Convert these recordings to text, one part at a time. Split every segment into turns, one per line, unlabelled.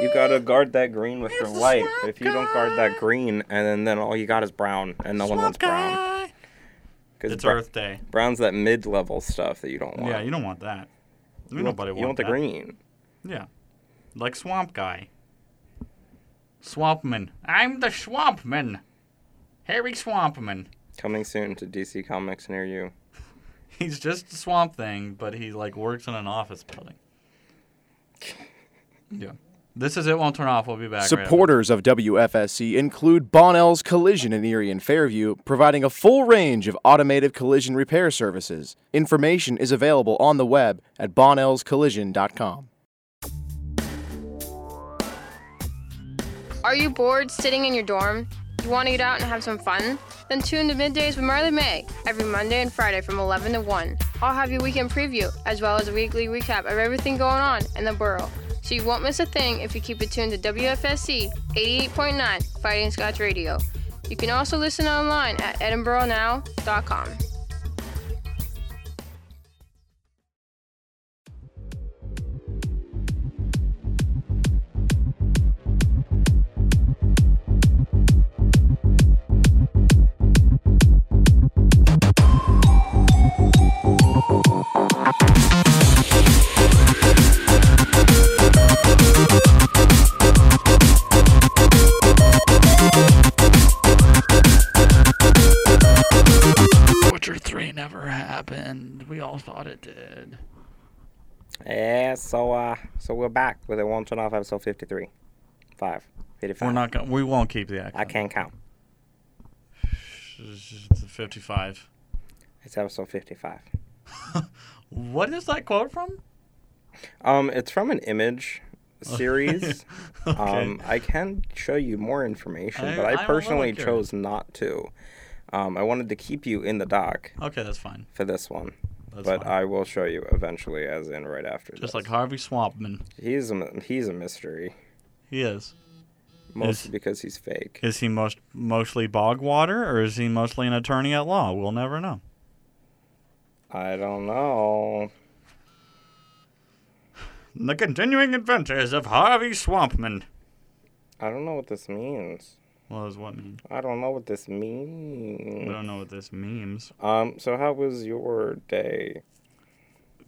You gotta guard that green with your
It's the
life.
swamp
If you don't guard that
guy.
green, and then, then all you got is brown, and no one wants brown. Because
It's Earth Day.
brown's that mid-level stuff that you don't want.
Yeah, you don't want that.
You want-
Nobody
you want
wants
the
that.
green.
Yeah. Like Swamp Guy. Swampman. I'm the Swampman. Harry Swampman.
Coming soon to DC Comics near you.
He's just a swamp thing, but he like works in an office building. Yeah. This is it. Won't turn off. We'll be back. right after
Supporters of WFSC include Bonnell's Collision in Erie and Fairview, providing a full range of automated collision repair services. Information is available on the web at bonnellscollision.com.
Are you bored sitting in your dorm? You want to get out and have some fun? Then tune to Middays with Marley May every Monday and Friday from 11 to 1. I'll have your weekend preview as well as a weekly recap of everything going on in the borough. So you won't miss a thing if you keep it tuned to WFSC 88.9 Fighting Scotch Radio. You can also listen online at edinburghnow.com.
Witcher 3 never happened. We all thought it did.
Yeah. So uh, so we're back with a one turn off episode 53, five, 55.
We're not going to. We won't keep the accent.
I can't count.
It's 55.
It's episode 55.
What is that quote from?
Um, it's from an image series.
Okay.
Um, I can show you more information,
I- I'm
but
a
I
little
personally
curious.
chose not to. Um, I wanted to keep you in the dock
okay, that's fine.
for this one,
That's
but
fine.
I will show you eventually, as in right after.
Just
this.
like Harvey Swampman.
he's a m- he's a mystery,
He is.
mostly because he's fake.
Is he most mostly bog water or is he mostly an attorney at law? We'll never know.
I don't know.
The continuing adventures of Harvey Swampman.
I don't know what this means.
Well, that's what mean?
I don't know what this
We
means.
don't know what this means.
Um, so how was your day?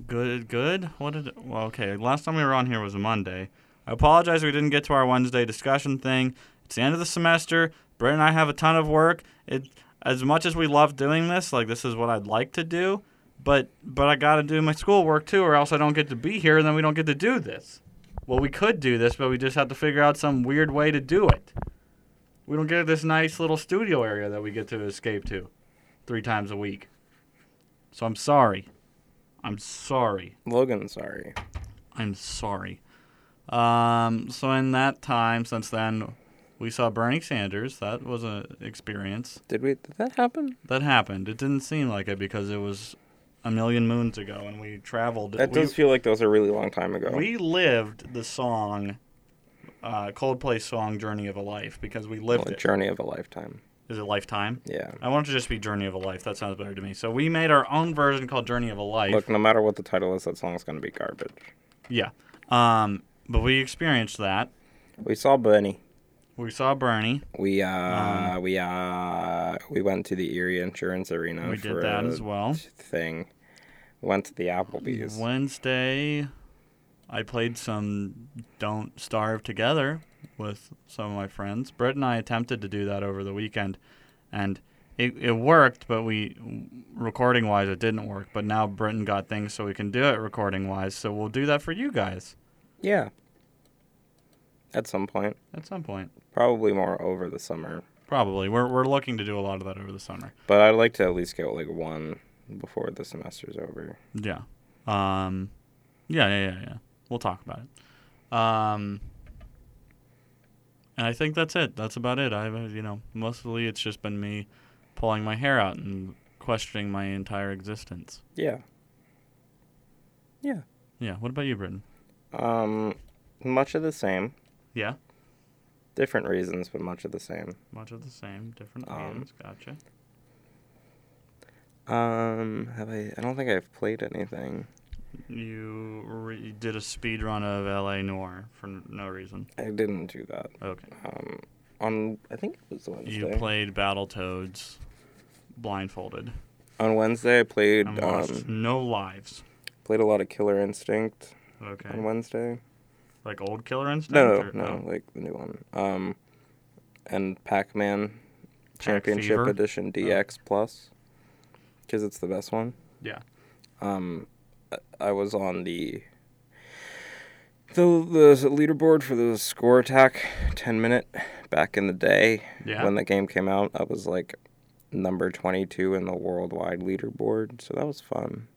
Good, good. What did? Well, okay. Last time we were on here was a Monday. I apologize we didn't get to our Wednesday discussion thing. It's the end of the semester. Britt and I have a ton of work. It as much as we love doing this, like this is what I'd like to do, but but I gotta do my schoolwork too, or else I don't get to be here, and then we don't get to do this. Well, we could do this, but we just have to figure out some weird way to do it. We don't get this nice little studio area that we get to escape to, three times a week. So I'm sorry. I'm sorry.
Logan, sorry.
I'm sorry. Um, so in that time since then, we saw Bernie Sanders. That was an experience
Did we? Did that happen?
that happened. It didn't seem like it because it was a million moons ago, and we traveled.
That
we,
does feel like that was a really long time ago.
we lived the song, uh, Coldplay song "Journey of a Life" because we lived
Well,
it.
journey of a lifetime.
Is it lifetime?
Yeah.
I want it to just be "Journey of a Life." That sounds better to me. So we made our own version called "Journey of a Life."
Look, no matter what the title is, that song's gonna be garbage.
Yeah. Um, but we experienced that.
We saw Bernie.
We saw Bernie.
We uh
Uh-huh.
we uh we went to the Erie Insurance Arena
We
for
did that
a
as well.
thing. Went to the Applebee's.
Wednesday, I played some Don't Starve Together with some of my friends. Britt and I attempted to do that over the weekend, and it, it worked, but we, recording wise, it didn't work. But now Britton got things so we can do it recording wise, so we'll do that for you guys
Yeah. At some point,
at some point.
probably more over the summer,
Probably. We're, we're looking to do a lot of that over the summer.
but I'd like to at least get like one before the semester's over.
Yeah. Um, yeah, yeah, yeah, yeah. We'll talk about it. Um, and I think that's it. That's about it. I've, uh, you know, mostly it's just been me pulling my hair out and questioning my entire existence.
Yeah. Yeah.
Yeah. What about you, Britton?
Um, much of the same.
Yeah.
Different reasons, but much of the same.
Much of the same, different
Um,
games. Gotcha.
Um, have I? I don't think I've played anything.
You re- did a speed run of L.A. Noir for no reason.
I didn't do that.
Okay.
Um, on I think it was Wednesday.
You played Battletoads blindfolded
on Wednesday, I played
and lost
um,
no lives.
played a lot of Killer Instinct
Okay.
on Wednesday.
Like old Killer Instinct?
No,
or-
no, no,
oh.
like the new one. Um, and Pac-Man Championship
Fever? Oh.
Edition DX Plus, because it's the best one.
Yeah.
Um, I- I was on the the the leaderboard for the Score Attack 10 minute back in the day
Yeah.
when the game came out. I was like number 22 in the worldwide leaderboard, so that was fun.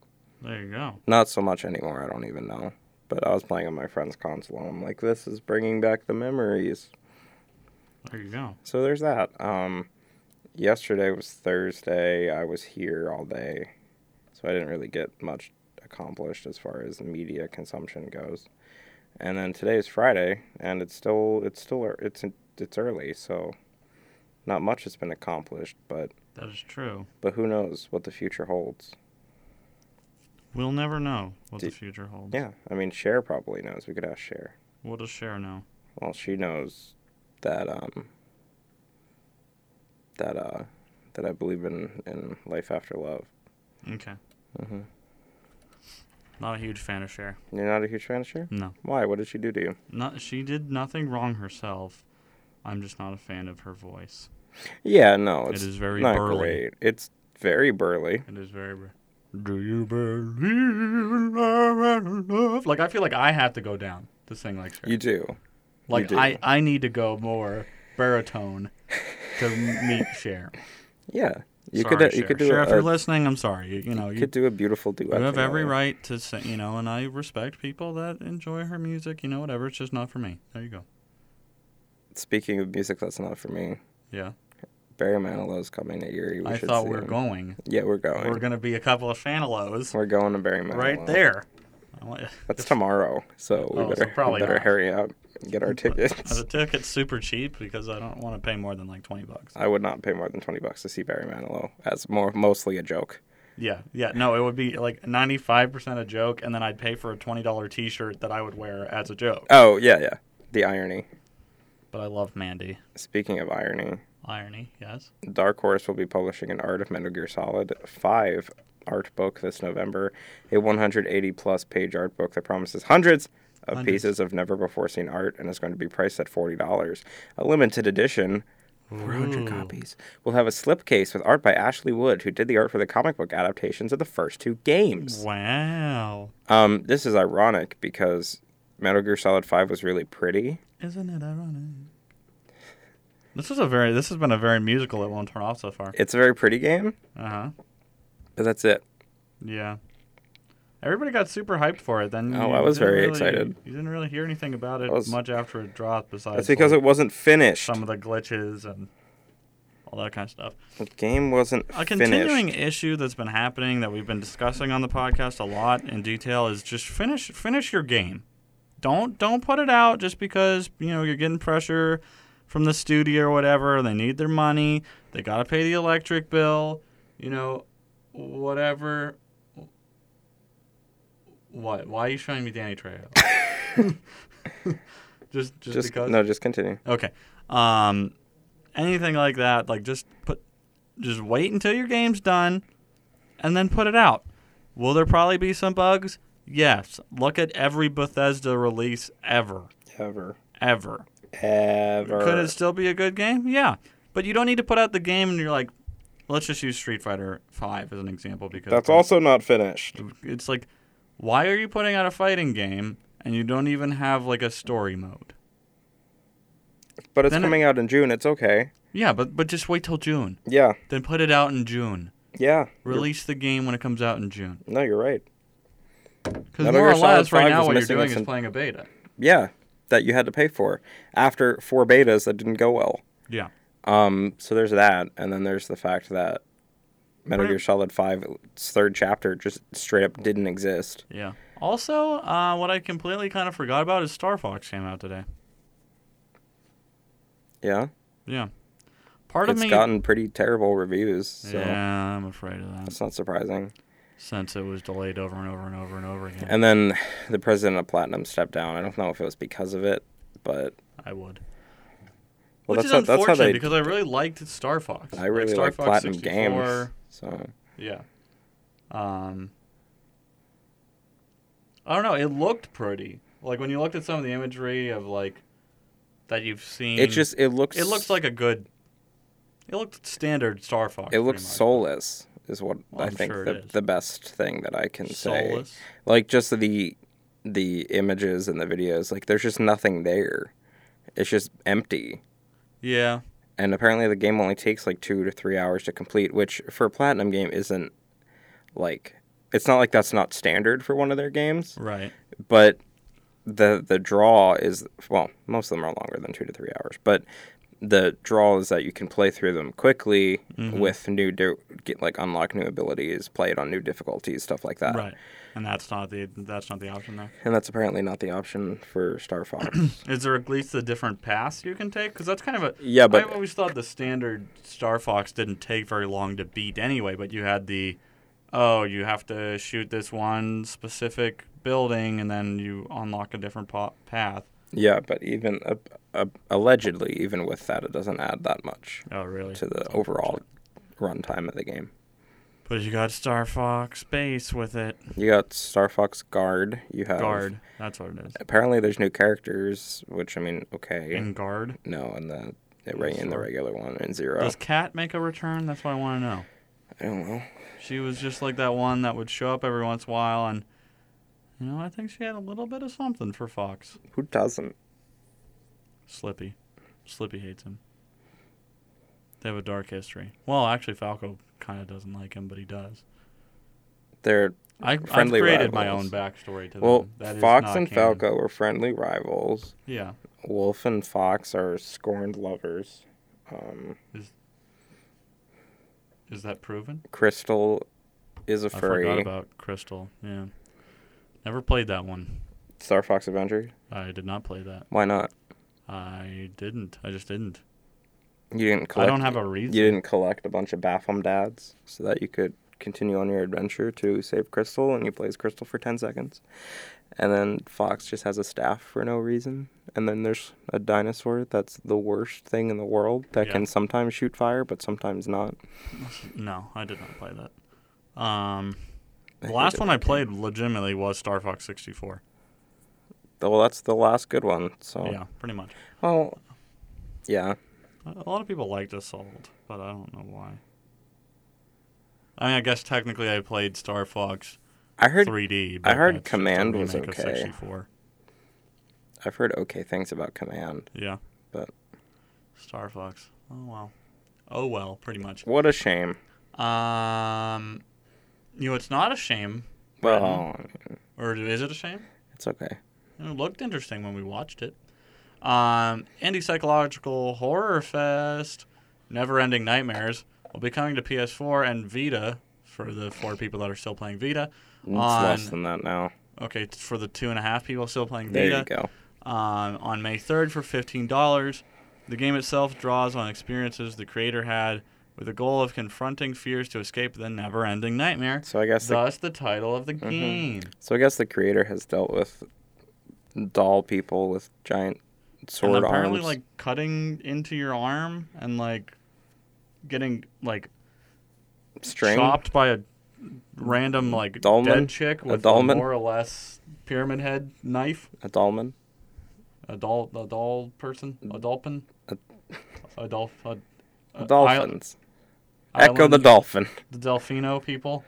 There you go.
Not so much anymore. I don't even know. But I was playing on my friend's console, and I'm like, this is bringing back the memories.
There you go.
So there's that. Um, yesterday was Thursday. I was here all day, so I didn't really get much accomplished as far as media consumption goes. And then today is Friday, and it's still it's still ear- it's it's early, so not much has been accomplished. But
That is true.
but who knows what the future holds?
We'll never know what the
Did-
future holds.
Yeah, I mean, Cher probably knows. We could ask Cher.
What does Cher know?
Well, she knows that um that uh that I believe in in life after love.
Okay.
hmm
Not a huge fan of Cher.
You're not a huge fan of Cher?
No.
Why? What did she do to you?
Not she did nothing wrong herself. I'm just not a fan of her voice.
Yeah, no, it's
it is very
not
burly.
great. It's very burly.
It is very. bur- Do you believe in love? Like I feel like I have to go down to sing like Cher.
You do.
like
do.
I I need to go more baritone to meet Cher.
Yeah, you
Sorry,
could uh,
Cher.
you could do
Cher, if
a,
you're
a-
listening, I'm sorry. You, you know
you
you,
could do a beautiful duet.
you have every
together.
right to say you know, and I respect people that enjoy her music. You know, whatever. It's just not for me. There you go.
Speaking of music, that's not for me.
Yeah.
Barry Manilow's coming to Erie. We
I
should
thought
see
we were
him.
going.
Yeah, we're going.
We're gonna be a couple of Fanalows
We're going to Barry Manilow.
right there. I want-
That's tomorrow, so we
Oh, so
better
probably
better
not.
hurry up and get our
Are
tickets.
the tickets super cheap because I don't want to pay more than like twenty bucks.
I would not pay more than twenty bucks to see Barry Manilow. That's more mostly a joke.
Yeah, yeah. No, it would be like ninety five percent a joke, and then I'd pay for a twenty dollar T shirt that I would wear as a joke.
Oh yeah, yeah. The irony.
But I love Mandy.
Speaking of irony,
Irony, yes.
Dark Horse will be publishing an Art of Metal Gear Solid 5 art book this November, a 180 plus page art book that promises hundreds of
Hundreds.
pieces of never before seen art and is going to be priced at $40. A limited edition. 400
Ooh.
copies. We'll have a slipcase with art by Ashley Wood, who did the art for the comic book adaptations of the first two games.
Wow,
Um, this is ironic because Metal Gear Solid 5 was really pretty.
isn't it ironic? This is a very. This has been a very musical. It won't turn off so far.
It's a very pretty game,
Uh huh.
but that's it.
Yeah. Everybody got super hyped for it. Then.
Oh,
you
I was
didn't
very
really-
excited.
You didn't really hear anything about it
I was-
much after it dropped. Besides,
That's because
like,
it wasn't finished.
some of the glitches and all that kind of stuff.
The game wasn't
A
finished.
Uh, continuing issue that's been happening that we've been discussing on the podcast a lot in detail is just finish finish your game. Don't don't put it out just because you know you're getting pressure from the studio or whatever. They need their money. They gotta pay the electric bill. You know, whatever. What? Why are you showing me Danny Trejo? just, just
just
because.
no, just continue.
Okay. Um, anything like that, like just put, just wait until your game's done, and then put it out. Will there probably be some bugs? Yes. Look at every Bethesda release ever,
Ever,
ever.
ever.
Could it still be a good game? Yeah. But you don't need to put out the game and you're like, let's just use Street Fighter Five as an example because
That's also not finished.
It's like, why are you putting out a fighting game and you don't even have like a story mode?
But it's
Then it-
coming out in June. It's okay.
Yeah, but but just wait till June.
Yeah,
Then put it out in June.
yeah. You're-
Release the game when it comes out in June.
no, you're right.
Because
Metal
more or
Gear Solid
less, right
5
now,
was
what you're
missing
doing
its
is
en-
playing a beta.
Yeah, that you had to pay for after four betas that didn't go well.
Yeah.
Um, so there's that, and then there's the fact that Metal
Right.
Gear Solid Five, its third chapter, just straight up didn't exist.
Yeah. Also, uh, what I completely kind of forgot about is Star Fox came out today.
Yeah,
Yeah. Part
it's
of me.
gotten pretty terrible reviews. So
Yeah, I'm afraid of that.
that's not surprising.
since it was delayed over and over and over and over again.
And then the president of Platinum stepped down. I don't know if it was because of it, but
I would. Which
well, that's
is
how, that's
unfortunate
how they.
because I really liked Star Fox.
I really
Star
like
Fox
Platinum
64.
games. So
Yeah. Um. I don't know. It looked pretty. Like when you looked at some of the imagery of like that you've seen.
it just it looks
It looks like a good. It looked standard Star Fox.
it
pretty
looks
much.
soulless is what
Well,
I
I'm
think
sure it
the,
is.
the best thing that I can say.
Soulless.
Like just the the images and the videos, like there's just nothing there. It's just empty.
Yeah.
and apparently the game only takes like two to three hours to complete, which for a platinum game isn't like it's not like that's not standard for one of their games,
Right.
but the the draw is well, most of them are longer than two to three hours, but the draw is that you can play through them quickly
Mm-hmm.
with new do- get like unlock new abilities, play it on new difficulties, stuff like that.
Right. And that's not the that's not the option there.
And that's apparently not the option for Star Fox.
Is there at least a different pass you can take? Because that's kind of a
Yeah, but-
I always thought the standard Star Fox didn't take very long to beat anyway. But you had the oh, you have to shoot this one specific building, and then you unlock a different po- path.
yeah, but even uh, uh, allegedly, even with that, it doesn't add that much.
Oh, really?
to the overall runtime of the game.
But you got Star Fox base with it.
You got Star Fox Guard. You have
Guard. That's what it is.
Apparently, there's new characters, which I mean, okay,
And guard.
no, in the it, right in the
Sure.
regular one and zero.
Does Cat make a return? That's what I want to know.
I don't know.
She was just like that one that would show up every once in a while, and you know, I think she had a little bit of something for Fox.
Who doesn't?
Slippy, Slippy hates him. They have a dark history. Well, actually, Falco kind of doesn't like him, but he does.
They're
I, I've
Friendly
created my own
rivals.
backstory to
well,
them. That is
Fox
not
and
canon.
Falco were friendly rivals.
Yeah,
Wolf and Fox are scorned lovers. Um,
is that proven?
Crystal is a
I forgot
furry.
about Crystal. Yeah, never played that one.
Star Fox Adventure.
I did not play that.
Why not?
I didn't. I just didn't.
You didn't collect.
I don't have a reason.
You didn't collect a bunch of Baffum dads so that you could continue on your adventure to save Crystal, and you play as Crystal for 10 seconds. And then Fox just has a staff for no reason. And then there's a dinosaur that's the worst thing in the world that
Yeah.
can sometimes shoot fire, but sometimes not.
No, I did not play that. Um,
I
the last
hated
one I played legitimately was Star Fox 64.
Well, that's the last good one. So,
Yeah, pretty much.
well, yeah.
A a lot of people liked Assault, but I don't know why. I mean, I guess technically I played Star Fox
I heard
3D.
I
But
heard
that's just a
Command was
remake of
okay.
64.
I've heard okay things about Command.
Yeah.
But-
Star Fox. Oh well. Oh well, pretty much.
What a shame.
Um, you know, it's not a shame,
Well,
or is it a shame?
it's okay.
It looked interesting when we watched it. Um, Indie Psychological Horror Fest, Never Ending Nightmares will be coming to PS4 and Vita for the four people that are still playing Vita.
It's less
On-
than that now.
Okay, it's for the two and a half people still playing
There
Vita
you go.
um, on May 3rd for $15. The game itself draws on experiences the creator had with the goal of confronting fears to escape the never ending nightmare.
So I guess the
Thus, the title of the
Mm-hmm.
game.
So I guess the creator has dealt with doll people with giant sword
and apparently
arms.
like cutting into your arm and like getting like
string.
chopped by a random like
Dolman?
dead chick
A
with a,
dolman?
more or less pyramid head knife
A dollman.
a doll a doll person a dolphin
Mm. A-
a dolph a, a
Dolphins.
isle-
Echo the
uh, island-
dolphin.
the delfino people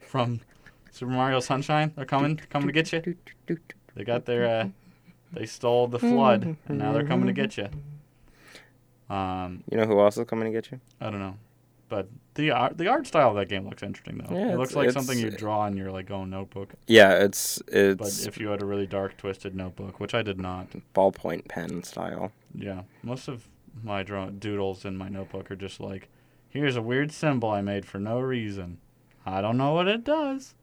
from Super Mario Sunshine they're coming coming to get you they got their uh, they stole the flood and now they're coming to get you um
You know who else is coming to get you?
I don't know, but the art, the art style of that game looks interesting though.
Yeah,
it looks
it's-
like something you
it's-
draw in your like own notebook.
Yeah, it's
But
it's
if you had a really dark, twisted notebook, which I did not,
ballpoint pen style.
yeah, most of my draw- doodles in my notebook are just like, here's a weird symbol I made for no reason. I don't know what it does.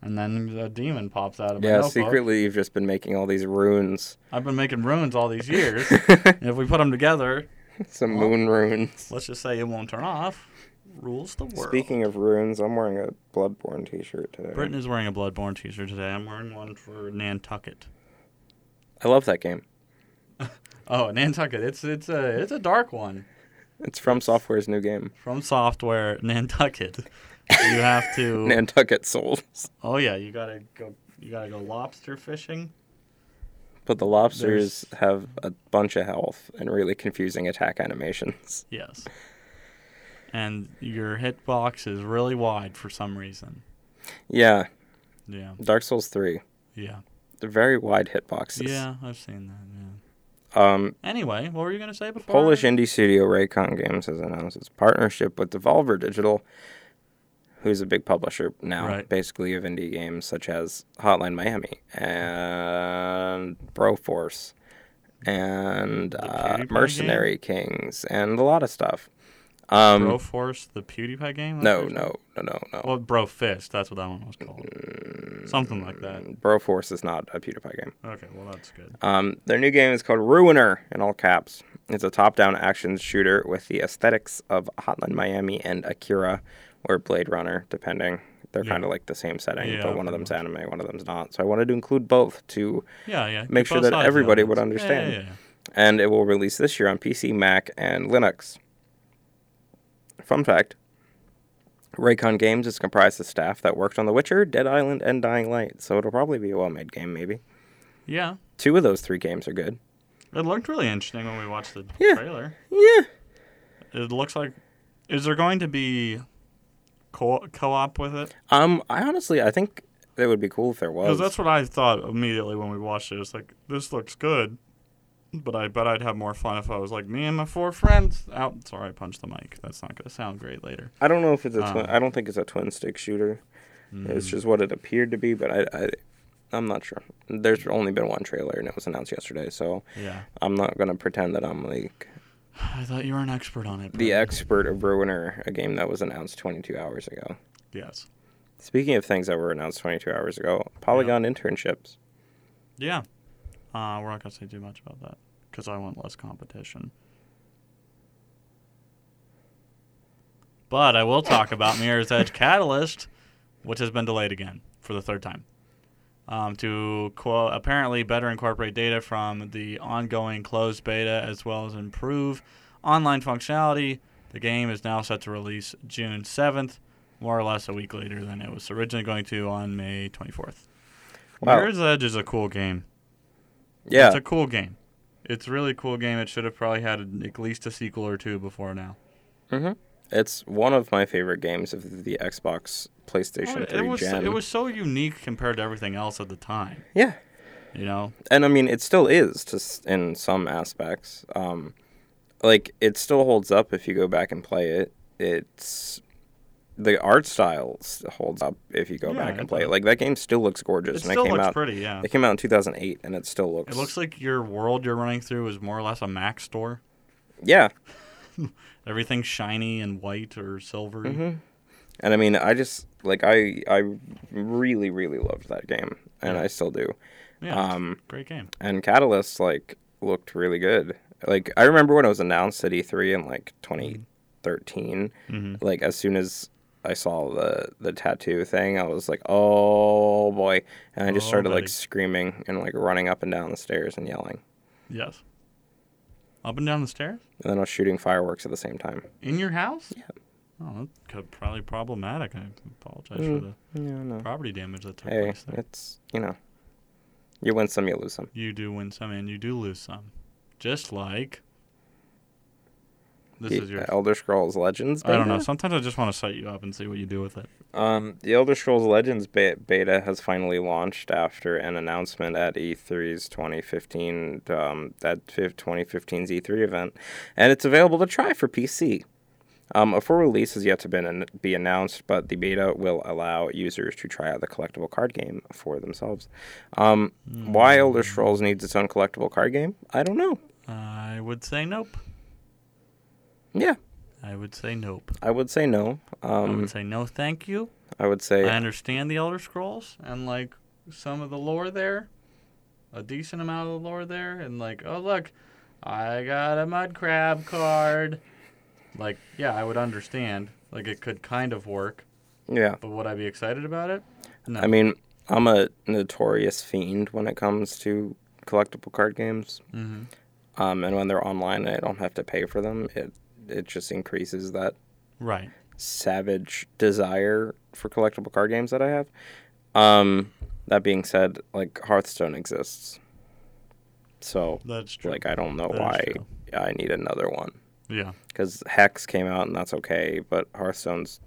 And then a demon pops out of my
yeah,
notebook.
secretly you've just been making all these runes.
I've been making runes all these years. and if we put them together,
Some moon runes.
let's just say it won't turn off. rules the world.
Speaking of runes, I'm wearing a Bloodborne T-shirt today.
Britain is wearing a Bloodborne T-shirt today. I'm wearing one for Nantucket.
I love that game.
Oh, Nantucket. It's it's a it's a dark one
It's from Software's new game,
from software Nantucket. You have to.
Nantucket Souls.
oh yeah, you gotta go. You gotta go lobster fishing.
But the lobsters have a bunch of health and really confusing attack animations.
Yes. And your hitbox is really wide for some reason.
Yeah,
Yeah.
Dark Souls 3.
Yeah.
They're very wide hitboxes.
Yeah, I've seen that.
Um,
Yeah. Anyway, what were you gonna say before?
Polish indie studio Raycon Games has announced its partnership with Devolver Digital, who's a big publisher now,
Right.
basically of indie games such as Hotline Miami and Broforce and uh,
PewDiePie
Mercenary Kings and a lot of stuff. Um,
Bro Force, the PewDiePie game.
no, no, no, no, no.
Well, Bro Fist. That's what that one was called. Something like that.
Broforce is not a PewDiePie game.
Okay, well that's good.
Um, their new game is called Ruiner in all caps. It's a top-down action shooter with the aesthetics of Hotline Miami and Akira or Blade Runner, depending. They're
Yeah.
kind of like the same setting,
Yeah,
but one of
pretty
them's anime, one of them's not. So I wanted to include both to
Yeah, yeah.
Make
keep
sure
both
that
sides of the
everybody would
fence. Yeah,
understand.
Yeah, yeah,
and it will release this year on PC, Mac, and Linux. Fun fact Raycon Games is comprised of staff that worked on The Witcher, Dead Island, and Dying Light, so it'll probably be a well made game, maybe.
yeah.
Two of those three games are good.
Yeah. It looked really interesting when we watched the
Yeah.
trailer.
Yeah.
It looks like. Is there going to be co- co-op with it?
Um, I honestly, I think it would be cool if there was.
Because that's what I thought immediately when we watched it. It's like this looks good, but I bet I'd have more fun if I was like me and my four friends out. Sorry, I punched the mic. That's not gonna sound great later.
I don't know if it's a
Um,
twin. I don't think it's a twin stick shooter. It's
Hmm.
just what it appeared to be, but I, I, I'm not sure. There's only been one trailer, and it was announced yesterday, so
Yeah,
I'm not gonna pretend that I'm like
I thought you were an expert on it.
the
Brett.
expert of Ruiner, a game that was announced 22 hours ago.
yes,
Speaking of things that were announced 22 hours ago, Polygon internships.
yeah. Uh, we're not gonna say too much about that because I want less competition. But I will talk about Mirror's Edge Catalyst, which has been delayed again for the third time. um, to quote, apparently better incorporate data from the ongoing closed beta as well as improve online functionality. The game is now set to release June 7th, more or less a week later than it was originally going to on May 24th.
Wow.
Mirror's Edge is a cool game.
Yeah,
It's a cool game. It's a really cool game. It should have probably had at least a sequel or two before now.
it's one of my favorite games of the Xbox, PlayStation 3
It was
gen.
it was so unique compared to everything else at the time.
yeah,
You know,
and I mean, it still is to s- in some aspects. Um, like it still holds up if you go back and play it. It's the art style s- holds up if you go
Yeah,
back
it
and play it. Like that game still looks gorgeous.
it
and
still
it came
looks
out,
pretty. Yeah,
It came out in 2008, and it still looks.
It looks like your world you're running through is more or less a Mac store.
yeah.
Everything's shiny and white or silvery.
And I mean, I just like I I really really loved that game, and I still do.
Yeah, it's a
Um,
great game.
And Catalyst like looked really good. Like I remember when it was announced at E3 in like 2013.
Mm-hmm.
Like as soon as I saw the the tattoo thing, I was like, "Oh boy!" And I just
Oh,
started
buddy.
like screaming and like running up and down the stairs and yelling.
Yes. Up and down the stairs
And then I was shooting fireworks at the same time.
in your house. Yeah. Oh, that could probably problematic. I apologize for
Yeah, no.
the property damage that took
Hey,
place there.
it's you know, you win some, you lose some.
You do win some and you do lose some, just like. This
The
is your.
Elder Scrolls Legends.
I don't know.
beta?
Sometimes I just want to set you up and see what you do with it.
Um, the Elder Scrolls Legends be- beta has finally launched after an announcement at E E3's 2015, um, that fif- 2015's E3 E event, and it's available to try for PC. Um, a full release has yet to been an- be announced, but the beta will allow users to try out the collectible card game for themselves. Um,
Hmm.
Why Elder Scrolls needs its own collectible card game? I don't know.
I would say nope.
Yeah,
I would say nope.
I would say no.
I
Um,
would say no, thank you.
I would say
I understand the Elder Scrolls and like some of the lore there, a decent amount of the lore there, and like, oh look, I got a mud crab card. Like, yeah, I would understand, Like it could kind of work,
Yeah.
but would I be excited about it? No.
I mean, I'm a notorious fiend when it comes to collectible card games.
Mhm.
Um, and when they're online and I don't have to pay for them, it it just increases that
right.
savage desire for collectible card games that I have. Um, that being said, like Hearthstone exists, so
That's true.
like I don't know
That is
why
true.
I need another one
yeah.
because Hex came out and that's okay, but Hearthstone's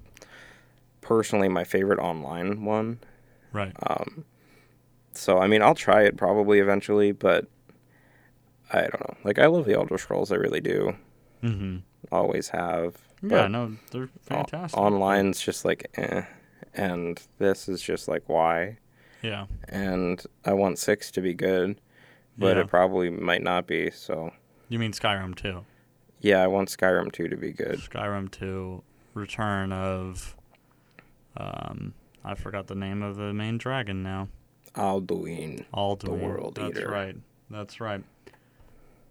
personally my favorite online one.
Right.
Uh, So I mean, I'll try it probably eventually, but I don't know. Like I love the Elder Scrolls, I really do.
mm-hmm.
Always have.
Yeah.
but
No, they're
o-
fantastic.
Online's just like, eh. and this is just like why.
yeah.
And I want six to be good, but
Yeah.
it probably might not be. So
You mean Skyrim too?
yeah, I want Skyrim two to be good.
Skyrim 2 Return of um I forgot the name of the main dragon now.
Alduin.
Alduin.
World
That's
Eater.
right. That's right.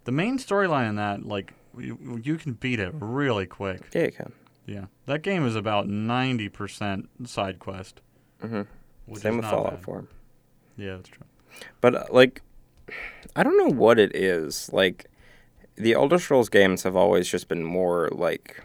The main storyline in that like you, you can beat it really quick.
Yeah, you can.
Yeah. That game is about 90% side quest.
Mhm.
Which
Same
is
with
not
Fallout
bad.
Four.
Yeah, that's true.
But uh, like, I don't know what it is. Like, the Elder Scrolls games have always just been more like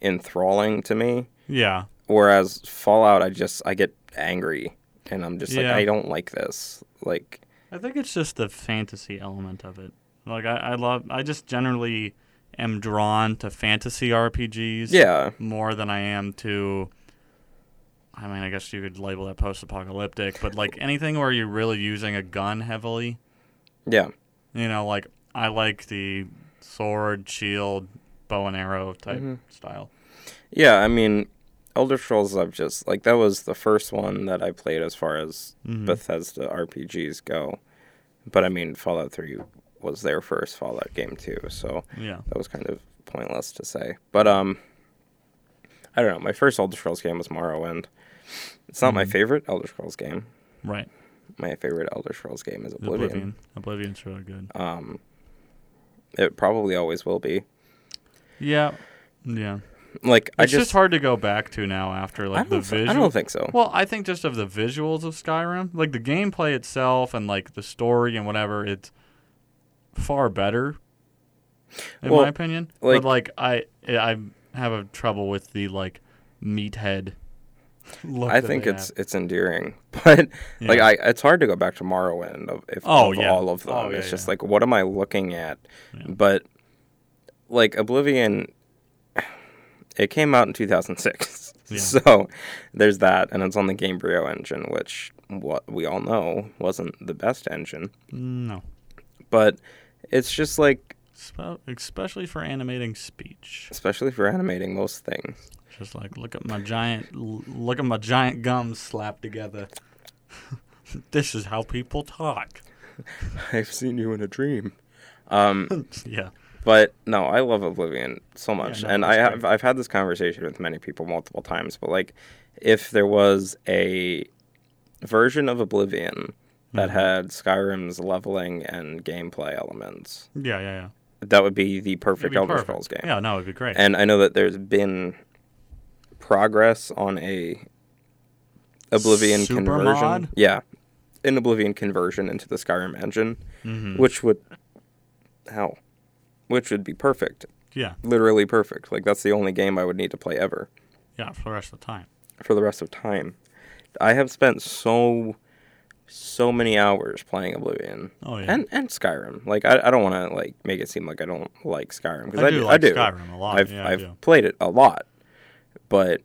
enthralling to me.
Yeah.
Whereas Fallout, I just I get angry and I'm just like
Yeah.
I don't like this. Like,
I think it's just the fantasy element of it. Like I, I love I just generally am drawn to fantasy RPGs.
yeah,
more than I am to. I mean, I guess you could label that post-apocalyptic, but like anything where you're really using a gun heavily,
yeah,
you know, like I like the sword, shield, bow and arrow type
Mm-hmm.
style.
yeah. I mean, Elder Scrolls, I've just like that was the first one that I played as far as Bethesda RPGs go. But I mean, Fallout Three was their first Fallout game too, so
Yeah,
that was kind of pointless to say. But um, I don't know. My first Elder Scrolls game was Morrowind. It's not my
Mm-hmm.
favorite Elder Scrolls game.
right.
My favorite Elder Scrolls game is
The Oblivion.
Oblivion.
Oblivion's really good.
Um, it probably always will be.
yeah, yeah.
Like I
It's just,
just,
hard to go back to now after
I
like the
don't, th-
visual.
I don't think so.
Well, I think just of the visuals of Skyrim, like the gameplay itself and like the story and whatever, it's far better in
Well,
my opinion.
like-
but like I I have a trouble with the like meathead look.
I
that
think
they
it's
have.
it's endearing, but like
Yeah.
I, it's hard to go back to Morrowind of if
Oh,
of
yeah.
all of them.
Oh, yeah,
it's just
yeah.
like what am I looking at?
Yeah.
But like Oblivion, it came out in 2006,
Yeah.
so there's that, and it's on the Gamebryo engine, which what we all know wasn't the best engine,
no,
but it's just like
Spe- especially for animating speech.
especially for animating most things.
Just like look at my giant l- look at my giant gums slapped together. this is how people talk.
I've seen you in a dream. Um,
yeah.
But no, I love Oblivion so much,
no,
and
it's
I
great.
have I've had this conversation with many people multiple times. But like, if there was a version of Oblivion that
Mm-hmm.
had Skyrim's leveling and gameplay elements,
Yeah, yeah, yeah.
that would be the
It'd
perfect
be
Elder
perfect.
Scrolls game.
Yeah, no, it'd be great.
And I know that there's been progress on a Oblivion
Super
conversion.
mod?
Yeah. An Oblivion conversion into the Skyrim engine,
Mhm.
which would how which would be perfect.
yeah,
Literally perfect. Like that's the only game I would need to play ever
yeah, for the rest of the time.
for the rest of time. I have spent so so many hours playing Oblivion.
Oh, yeah.
And and Skyrim. Like I, I don't want to like make it seem like I don't like Skyrim because
I
I,
do
do,
like
I do.
Skyrim a lot.
I've
Yeah, I
I've
do.
played it a lot, but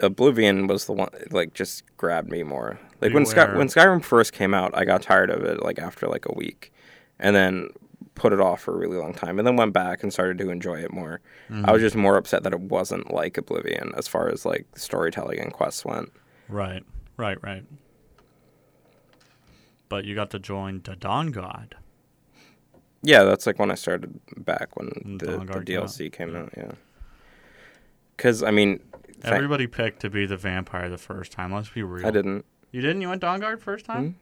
Oblivion was the one like just grabbed me more. Like when Sky,
Beware.
when Skyrim first came out, I got tired of it like after like a week, and then put it off for a really long time, and then went back and started to enjoy it more. I
Mm-hmm.
was just more upset that it wasn't like Oblivion as far as like storytelling and quests went.
Right, right, right. But you got to join the Dawn God.
Yeah, that's like when I started back
When
when
the
the,
Dawn
the
Guard came out.
DLC came out. Yeah, because I mean, thank-
Everybody picked to be the vampire the first time. Let's be real.
I didn't.
You didn't? You went Dawn Guard first time?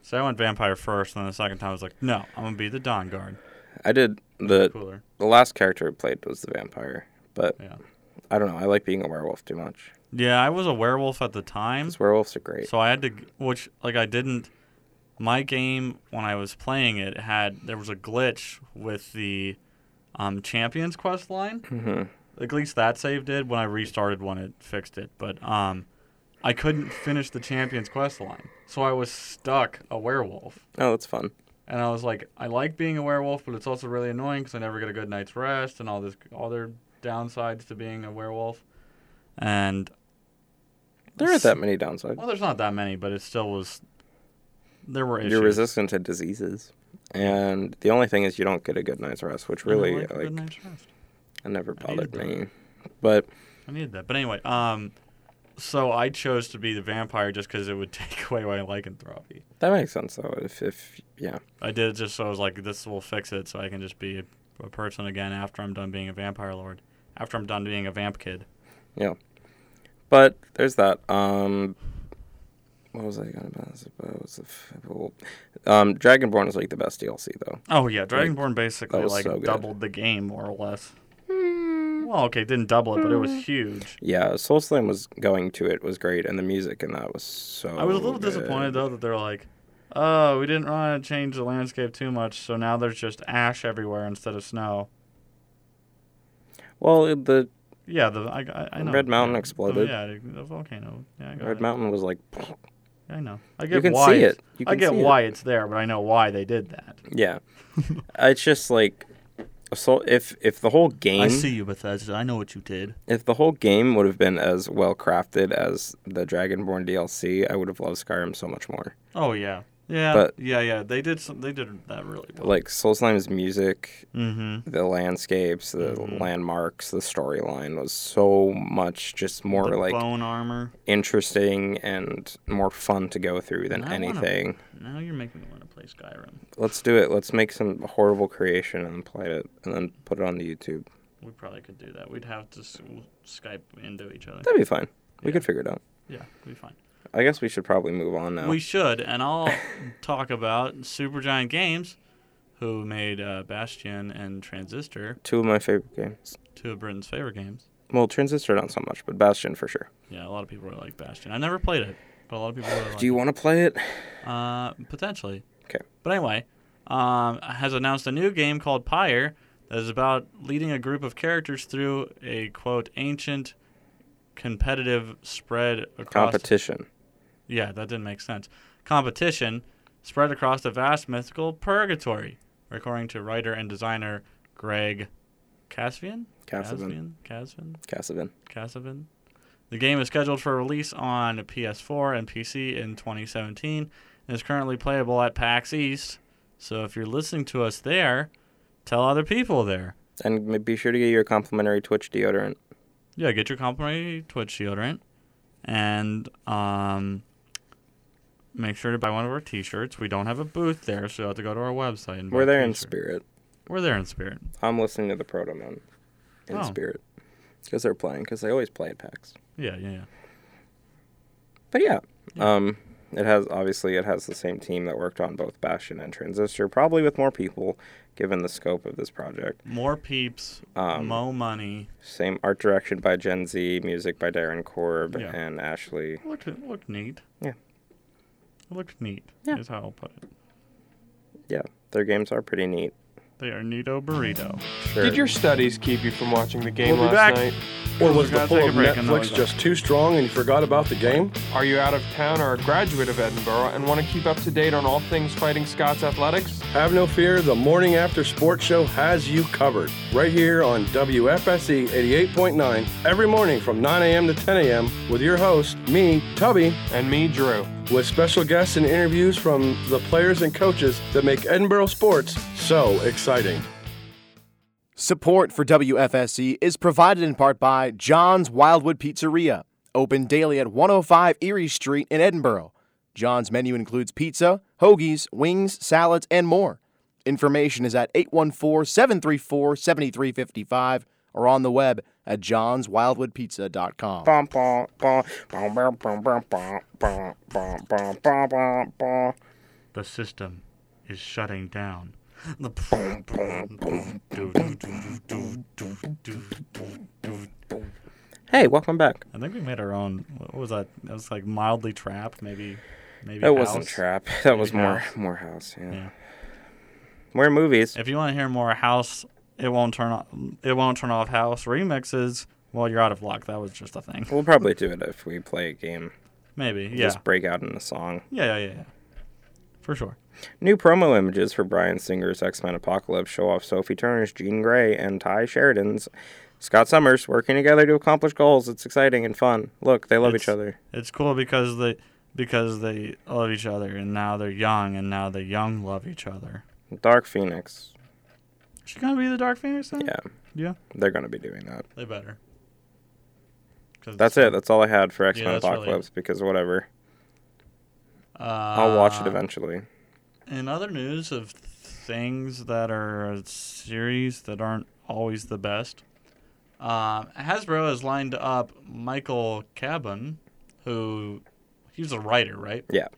So I went vampire first, and then the second time I was like, no, I'm gonna be the Dawn Guard.
I did the
Cooler.
the last character I played was the vampire, but
Yeah.
I don't know. I like being a werewolf too much.
Yeah, I was a werewolf at the time,
'Cause werewolves are great.
so I had to, g- which like I didn't. My game when I was playing it had there was a glitch with the um, Champions quest line.
hmm
At least that save did. When I restarted one, it fixed it. But um, I couldn't finish the Champions quest line, so I was stuck a werewolf.
Oh, that's fun.
And I was like, I like being a werewolf, but it's also really annoying because I never get a good night's rest and all this other downsides to being a werewolf. And
There aren't that many downsides.
well, there's not that many, but it still was. There were issues.
You're resistant to diseases, and the only thing is you don't get a good night's rest, which
I don't
really
like a good
like
night's rest.
it never
I needed
bothered me. But
I needed that. But anyway, um, so I chose to be the vampire just because it would take away my lycanthropy.
that makes sense though. If if yeah,
I did it just so I was like, this will fix it, so I can just be a, a person again after I'm done being a vampire lord, after I'm done being a vamp kid.
but there's that. Um, what was I gonna pass? What was the f- well, um, Dragonborn is like the best DLC though.
Oh yeah, Dragonborn basically
that was
like
so good.
doubled the game more or less. Well, okay, didn't double it, but it was huge.
Yeah, Soulslime was going to it was great, and the music in that was so.
I was a little disappointed though that they're like, oh, we didn't want to change the landscape too much, so now there's just ash everywhere instead of snow.
Well, it- the
Yeah, the I, I, I know.
Red
yeah,
Mountain
the-
exploded.
yeah, the- the volcano. Yeah, I got
Red
it.
Mountain was like
I know. I get
you can
why
see
it's-
it. You
I
can
get
see it.
why it's there, but I know why they did that.
Yeah, it's just like so. If if the whole game,
you, Bethesda. I know what you did.
if the whole game would have been as well crafted as the Dragonborn DLC, I would have loved Skyrim so much more.
Oh yeah, yeah,
But-
yeah, yeah. They did some. They did that really well.
Like Soulslime's music,
mm-hmm.
the landscapes, the
Mhm.
landmarks, the storyline was so much just more
the
like
bone armor.
interesting and more fun to go through than
I wanna-
anything.
Now you're making me want to play Skyrim.
Let's do it. Let's make some horrible creation and play it, and then put it on the YouTube.
We probably could do that. We'd have to s- Skype into each other.
That'd be fine. We
Yeah.
could figure it out.
Yeah, we'd be fine.
I guess we should probably move on now.
We should, and I'll talk about Supergiant Games, who made uh, Bastion and Transistor,
Two of my favorite games.
two of Britain's favorite games.
Well, Transistor not so much, but Bastion for sure.
Yeah, a lot of people really like Bastion. I never played it, but a lot of people really like
Do you want to play it?
it. Uh, potentially.
'Kay.
But anyway, um, has announced a new game called Pyre that is about leading a group of characters through a quote ancient competitive spread across
Competition.
Yeah, that didn't make sense. Competition spread across the vast mythical purgatory, according to writer and designer Greg Cassian.
Cassian.
Cassian.
Cassian.
Cassian. The game is scheduled for release on PS4 and PC in 2017 and is currently playable at PAX East. So if you're listening to us there, tell other people there.
And m- be sure to get your complimentary Twitch deodorant.
Yeah, get your complimentary Twitch deodorant, and um, make sure to buy one of our T-shirts. We don't have a booth there, so you will have to go to our website. And buy
We're
a
there in
t-shirt.
spirit.
We're there in spirit.
I'm listening to the Proto Man in
Oh.
spirit. spirit because they're playing because they always play at PAX.
Yeah, yeah, yeah.
But yeah, um, it has obviously it has the same team that worked on both Bastion and Transistor, probably with more people given the scope of this project.
More peeps,
Um,
mo money.
Same art direction by Gen Z, music by Darren Korb
Yeah.
and Ashley.
Looked looked neat.
Yeah.
It looked neat.
Yeah.
Is how I'll put it.
Yeah, their games are pretty neat.
They are neato burrito.
Sure.
Did your studies keep you from watching the game
We'll be
last
back.
night?
Or was
We're
the
gonna
pull
take
of
a break and then we'll
Netflix
go.
just too strong and you forgot about the game?
Are you out of town or a graduate of Edinburgh and want to keep up to date on all things Fighting Scots athletics?
Have no fear, the Morning After Sports Show has you covered. Right here on WFSE 88.9 every morning from 9 a.m. to 10 a.m. with your host, me, Tubby,
And me, Drew.
with special guests and interviews from the players and coaches that make Edinburgh sports so exciting.
Support for WFSC E is provided in part by John's Wildwood Pizzeria, open daily at 105 Erie Street in Edinburgh. John's menu includes pizza, hoagies, wings, salads, and more. Information is at 814 734 7355 or on the web at johnswildwoodpizza.com.
Bum, bum, bum, bum, bum, bum, bum, bum, bum, bum, bum, bum, bum, bum.
The system is shutting down. The
Hey, welcome back.
I think we made our own. What was that? That was like mildly trap, maybe. Maybe
That wasn't
house.
trap. That was
Maybe
more
house.
more house. Yeah.
Yeah.
More movies.
If you want to hear more house, it won't turn off. It won't turn off house remixes. Well, you're out of luck. That was just a thing.
We'll probably do it if we play a game.
Maybe. Yeah.
Just break out in a song.
Yeah. Yeah. Yeah. yeah. For sure.
New promo images for Brian Singer's X Men Apocalypse show off Sophie Turner's Jean Grey and Ty Sheridan's Scott Summers working together to accomplish goals. It's exciting and fun. Look, they love each
It's-
other.
It's cool because they because they love each other and now they're young and now the young love each other.
Dark Phoenix.
Is she gonna be the Dark Phoenix then?
Yeah,
Yeah.
they're going to be doing that.
They better. 'Cause-
That's it. That's all I had for X Men
that's really-
Apocalypse because whatever.
Uh,
I'll watch it eventually.
In other news of things that are series that aren't always the best, um, Hasbro has lined up Michael Cabin, who he's a writer, right?
Yeah.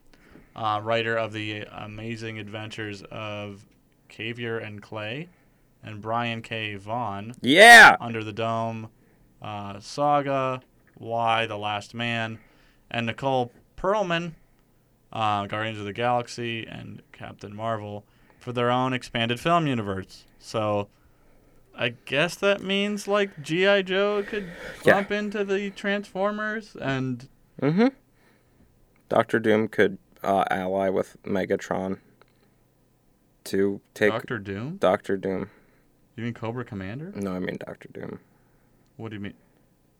Uh, writer of the Amazing Adventures of Cavier and Clay, and Brian K. Vaughan,
Yeah.
Under the Dome, uh, Saga, Why, The Last Man, and Nicole Perlman, uh, Guardians of the Galaxy, and Captain Marvel for their own expanded film universe. So I guess that means like G.I. Joe could
Yeah.
jump into the Transformers and
Mm-hmm. Doctor Doom could uh, ally with Megatron to take
Doctor Doom?
Doctor Doom.
You mean Cobra Commander?
No, I mean Doctor Doom.
What do you mean?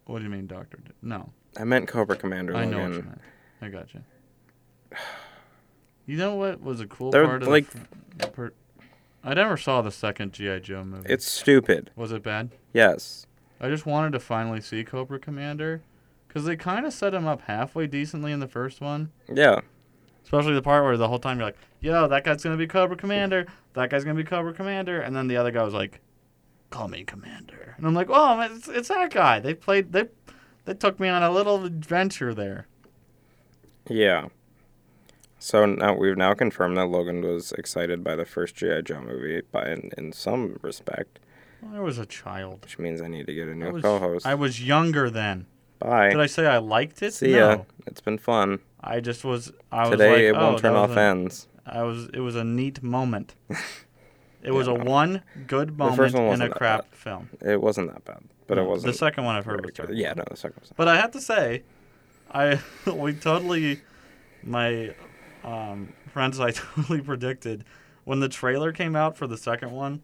What do you mean, Doctor? Doom? No,
I meant Cobra Commander
I
Logan.
know what you meant. I gotcha. You know what was a cool
They're,
part of
like-
the fr- per- I never saw the second GI Joe movie.
It's stupid.
was it bad?
Yes.
I just wanted to finally see Cobra Commander, because they kind of set him up halfway decently in the first one.
Yeah.
Especially the part where the whole time you're like, "Yo, that guy's gonna be Cobra Commander. That guy's gonna be Cobra Commander," and then the other guy was like, "Call me Commander," and I'm like, "Oh, man, it's, it's that guy. They played. They they took me on a little adventure there."
Yeah. So now we've now confirmed that Logan was excited by the first GI Joe movie, by in, in some respect,
Well, I was a child.
which means I need to get a
I
new
was,
co-host.
I was younger then.
Bye.
Did I say I liked it?
See
no.
ya. It's been fun.
I just was. I was
Today
like,
it won't
oh,
turn
that
off
was a-
ends.
I was. It was a neat moment. It was a one good
first
moment
one
in a
wasn't that
crap film.
It wasn't that bad, but it wasn't.
The second one I've heard
very
was
good.
terrible.
Yeah, no, the second was.
But I have to say, I we totally my um, friends and I totally predicted when the trailer came out for the second one.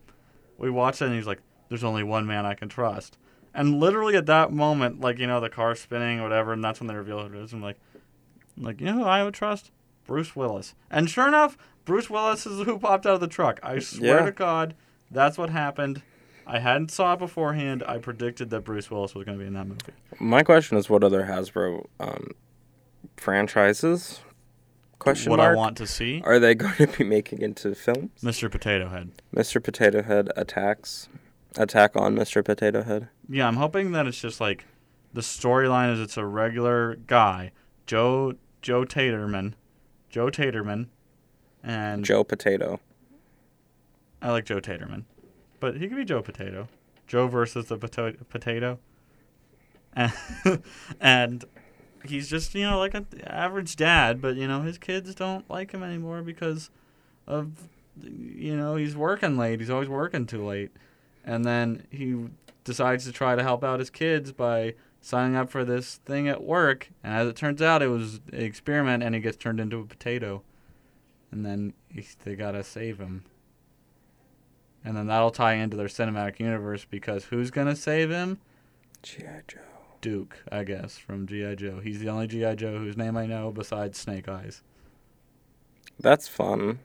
We watched it and he's like, "There's only one man I can trust." And literally at that moment, like you know, the car's spinning or whatever, and that's when they reveal who it is. I'm like, I'm like you know, who I would trust Bruce Willis. And sure enough, Bruce Willis is who popped out of the truck. I swear
Yeah.
to God, that's what happened. I hadn't saw it beforehand. I predicted that Bruce Willis was going to be in that movie.
My question is, what other Hasbro um, franchises? Question
what
mark.
I want to see.
Are they going to be making into films?
Mr. Potato Head.
Mr. Potato Head attacks. Attack on Mr. Potato Head.
Yeah, I'm hoping that it's just like the storyline is it's a regular guy, Joe Joe Taterman, Joe Taterman, and
Joe Potato.
I like Joe Taterman, but he could be Joe Potato, Joe versus the potato potato, and, and he's just you know like an average dad, but you know his kids don't like him anymore because of you know he's working late. He's always working too late, and then he decides to try to help out his kids by signing up for this thing at work. And as it turns out, it was an experiment, and he gets turned into a potato, and then he, they gotta save him. And then that'll tie into their cinematic universe because who's gonna save him?
G.I. Joe.
Duke, I guess, from G.I. Joe. He's the only G.I. Joe whose name I know besides Snake Eyes.
That's fun.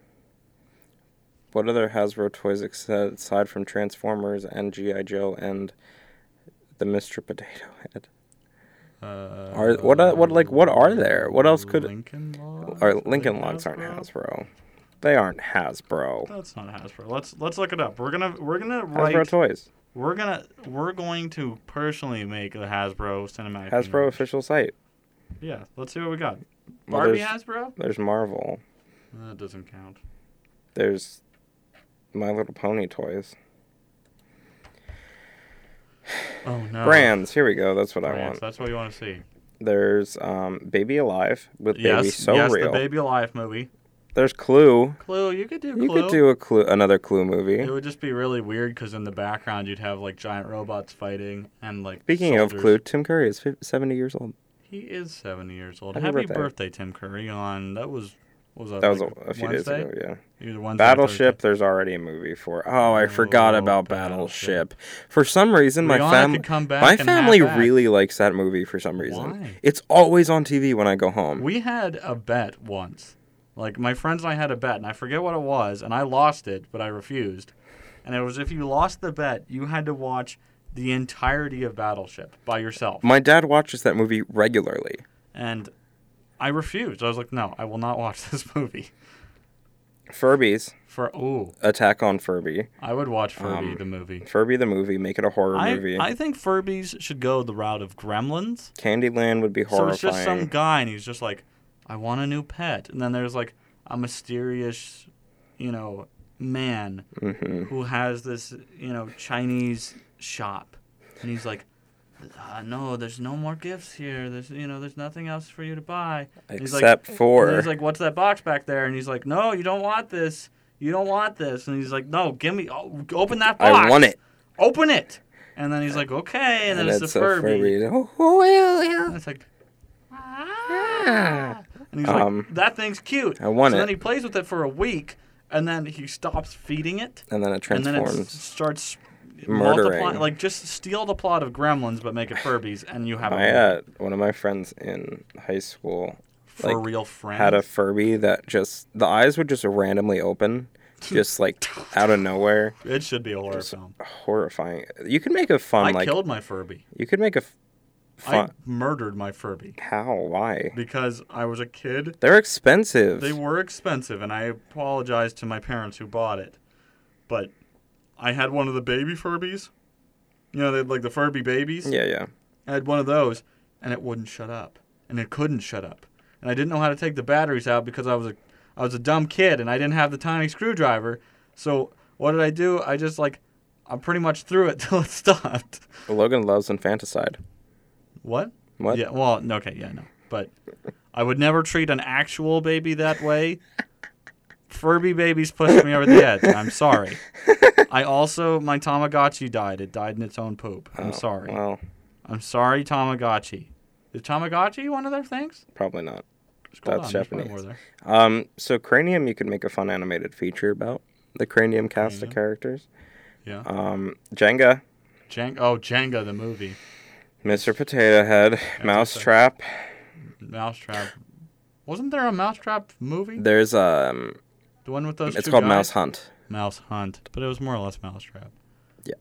What other Hasbro toys ex- aside from Transformers and G.I. Joe and the Mr. Potato Head?
Uh,
Are what? Are, what like? What are there? What else could?
Lincoln Logs?
Or
Are they
Lincoln Logs aren't Hasbro. They aren't Hasbro.
That's not Hasbro. Let's let's look it up. We're gonna we're gonna
Hasbro
write.
toys.
We're gonna we're going to personally make the Hasbro cinematic.
Hasbro
universe.
official site.
Yeah. Let's see what we got.
Well,
Barbie
there's-
Hasbro.
There's Marvel.
That doesn't count.
There's My Little Pony toys.
Oh no.
Brands. Here we go. That's what I
Brands,
want.
That's what you want to see.
There's um, Baby Alive with
yes.
Baby So
yes.
Real.
The Baby Alive movie.
There's Clue.
Clue. You could do Clue.
You could do a Clue, another Clue movie.
It would just be really weird because in the background you'd have like giant robots fighting and like.
Speaking of
soldiers.
Clue, Tim Curry is fif- 70 years old.
he is seventy years old.
Happy
Happy,
birthday.
birthday. Tim Curry. On that was what was that,
That was a,
like,
a few days
Wednesday?
ago. Yeah.
Either Wednesday or
Battleship. There's already a movie for. Oh, I forgot
Oh,
about Battleship.
Battleship.
For some reason, my
Rihanna
family,
could come back
my
and
family
half act.
really likes that movie for some reason.
Why?
It's always on TV when I go home.
We had a bet once. Like my friends and I had a bet, and I forget what it was, and I lost it, but I refused. And it was if you lost the bet, you had to watch the entirety of Battleship by yourself.
my dad watches that movie regularly.
And I refused. I was like, no, I will not watch this movie.
Furby's
For ooh,
Attack on Furby.
I would watch Furby
Um,
the movie.
Furby the movie. Make it a horror
I,
movie.
I think Furbies should go the route of Gremlins.
Candyland would be horrifying.
So it's just some guy, and he's just like, I want a new pet. And then there's like a mysterious, you know, man
Mm-hmm.
who has this, you know, Chinese shop. And he's like, uh, no, there's no more gifts here. There's, you know, there's nothing else for you to buy. And he's like-
Except for-
and he's like, what's that box back there? And he's like, no, you don't want this. You don't want this. And he's like, no, give me, oh, open that
I
box.
want it.
Open it. And then he's like, okay. And,
and
then
it's
it's, a Furby.
Oh, oh, yeah, yeah.
And it's like, "Ah." and he's
Um,
like, that thing's cute.
I want
so
it.
then he plays with it for a week, and then he stops feeding it,
And then it
and then it s-
transforms.
starts
Murdering.
multiplying. Like, just steal the plot of Gremlins, but make it Furbies, and you have a
My uh, one of my friends in high school
for
like,
real friend.
had a Furby that just the eyes would just randomly open, just like out of nowhere.
it should be a horror film.
Horrifying. You could make a fun
I
like
killed my Furby.
you could make a f-
I
fun.
murdered my Furby
How? Why?
because I was a kid.
They're expensive.
They were expensive, and I apologize to my parents who bought it. But I had one of the baby Furbies. You know, they had like the Furby babies.
yeah, yeah.
I had one of those, and it wouldn't shut up, and it couldn't shut up, and I didn't know how to take the batteries out because I was a, I was a dumb kid, and I didn't have the tiny screwdriver. So what did I do? I just like, I pretty much threw it till it stopped.
Logan loves infanticide.
What?
What?
Yeah. Well, no, okay, yeah, no, but I would never treat an actual baby that way. Furby babies pushed me over the edge. I'm sorry. I also my Tamagotchi died. It died in its own poop. I'm
Oh,
sorry.
Well,
I'm sorry, Tamagotchi. Is Tamagotchi one of their things?
probably not.
Scroll
That's
down, there's probably
Japanese.
more there.
Um, so cranium, you could make a fun animated feature about the cranium cast of characters.
Yeah.
Um, Jenga,
Jeng- oh, Jenga, the movie.
Mr. Potato Head, Mousetrap.
Mousetrap. Wasn't there a Mousetrap movie?
There's um,
the one with those
it's
two
called
guys?
Mouse Hunt.
Mouse Hunt, but it was more or less Mousetrap.
Yeah.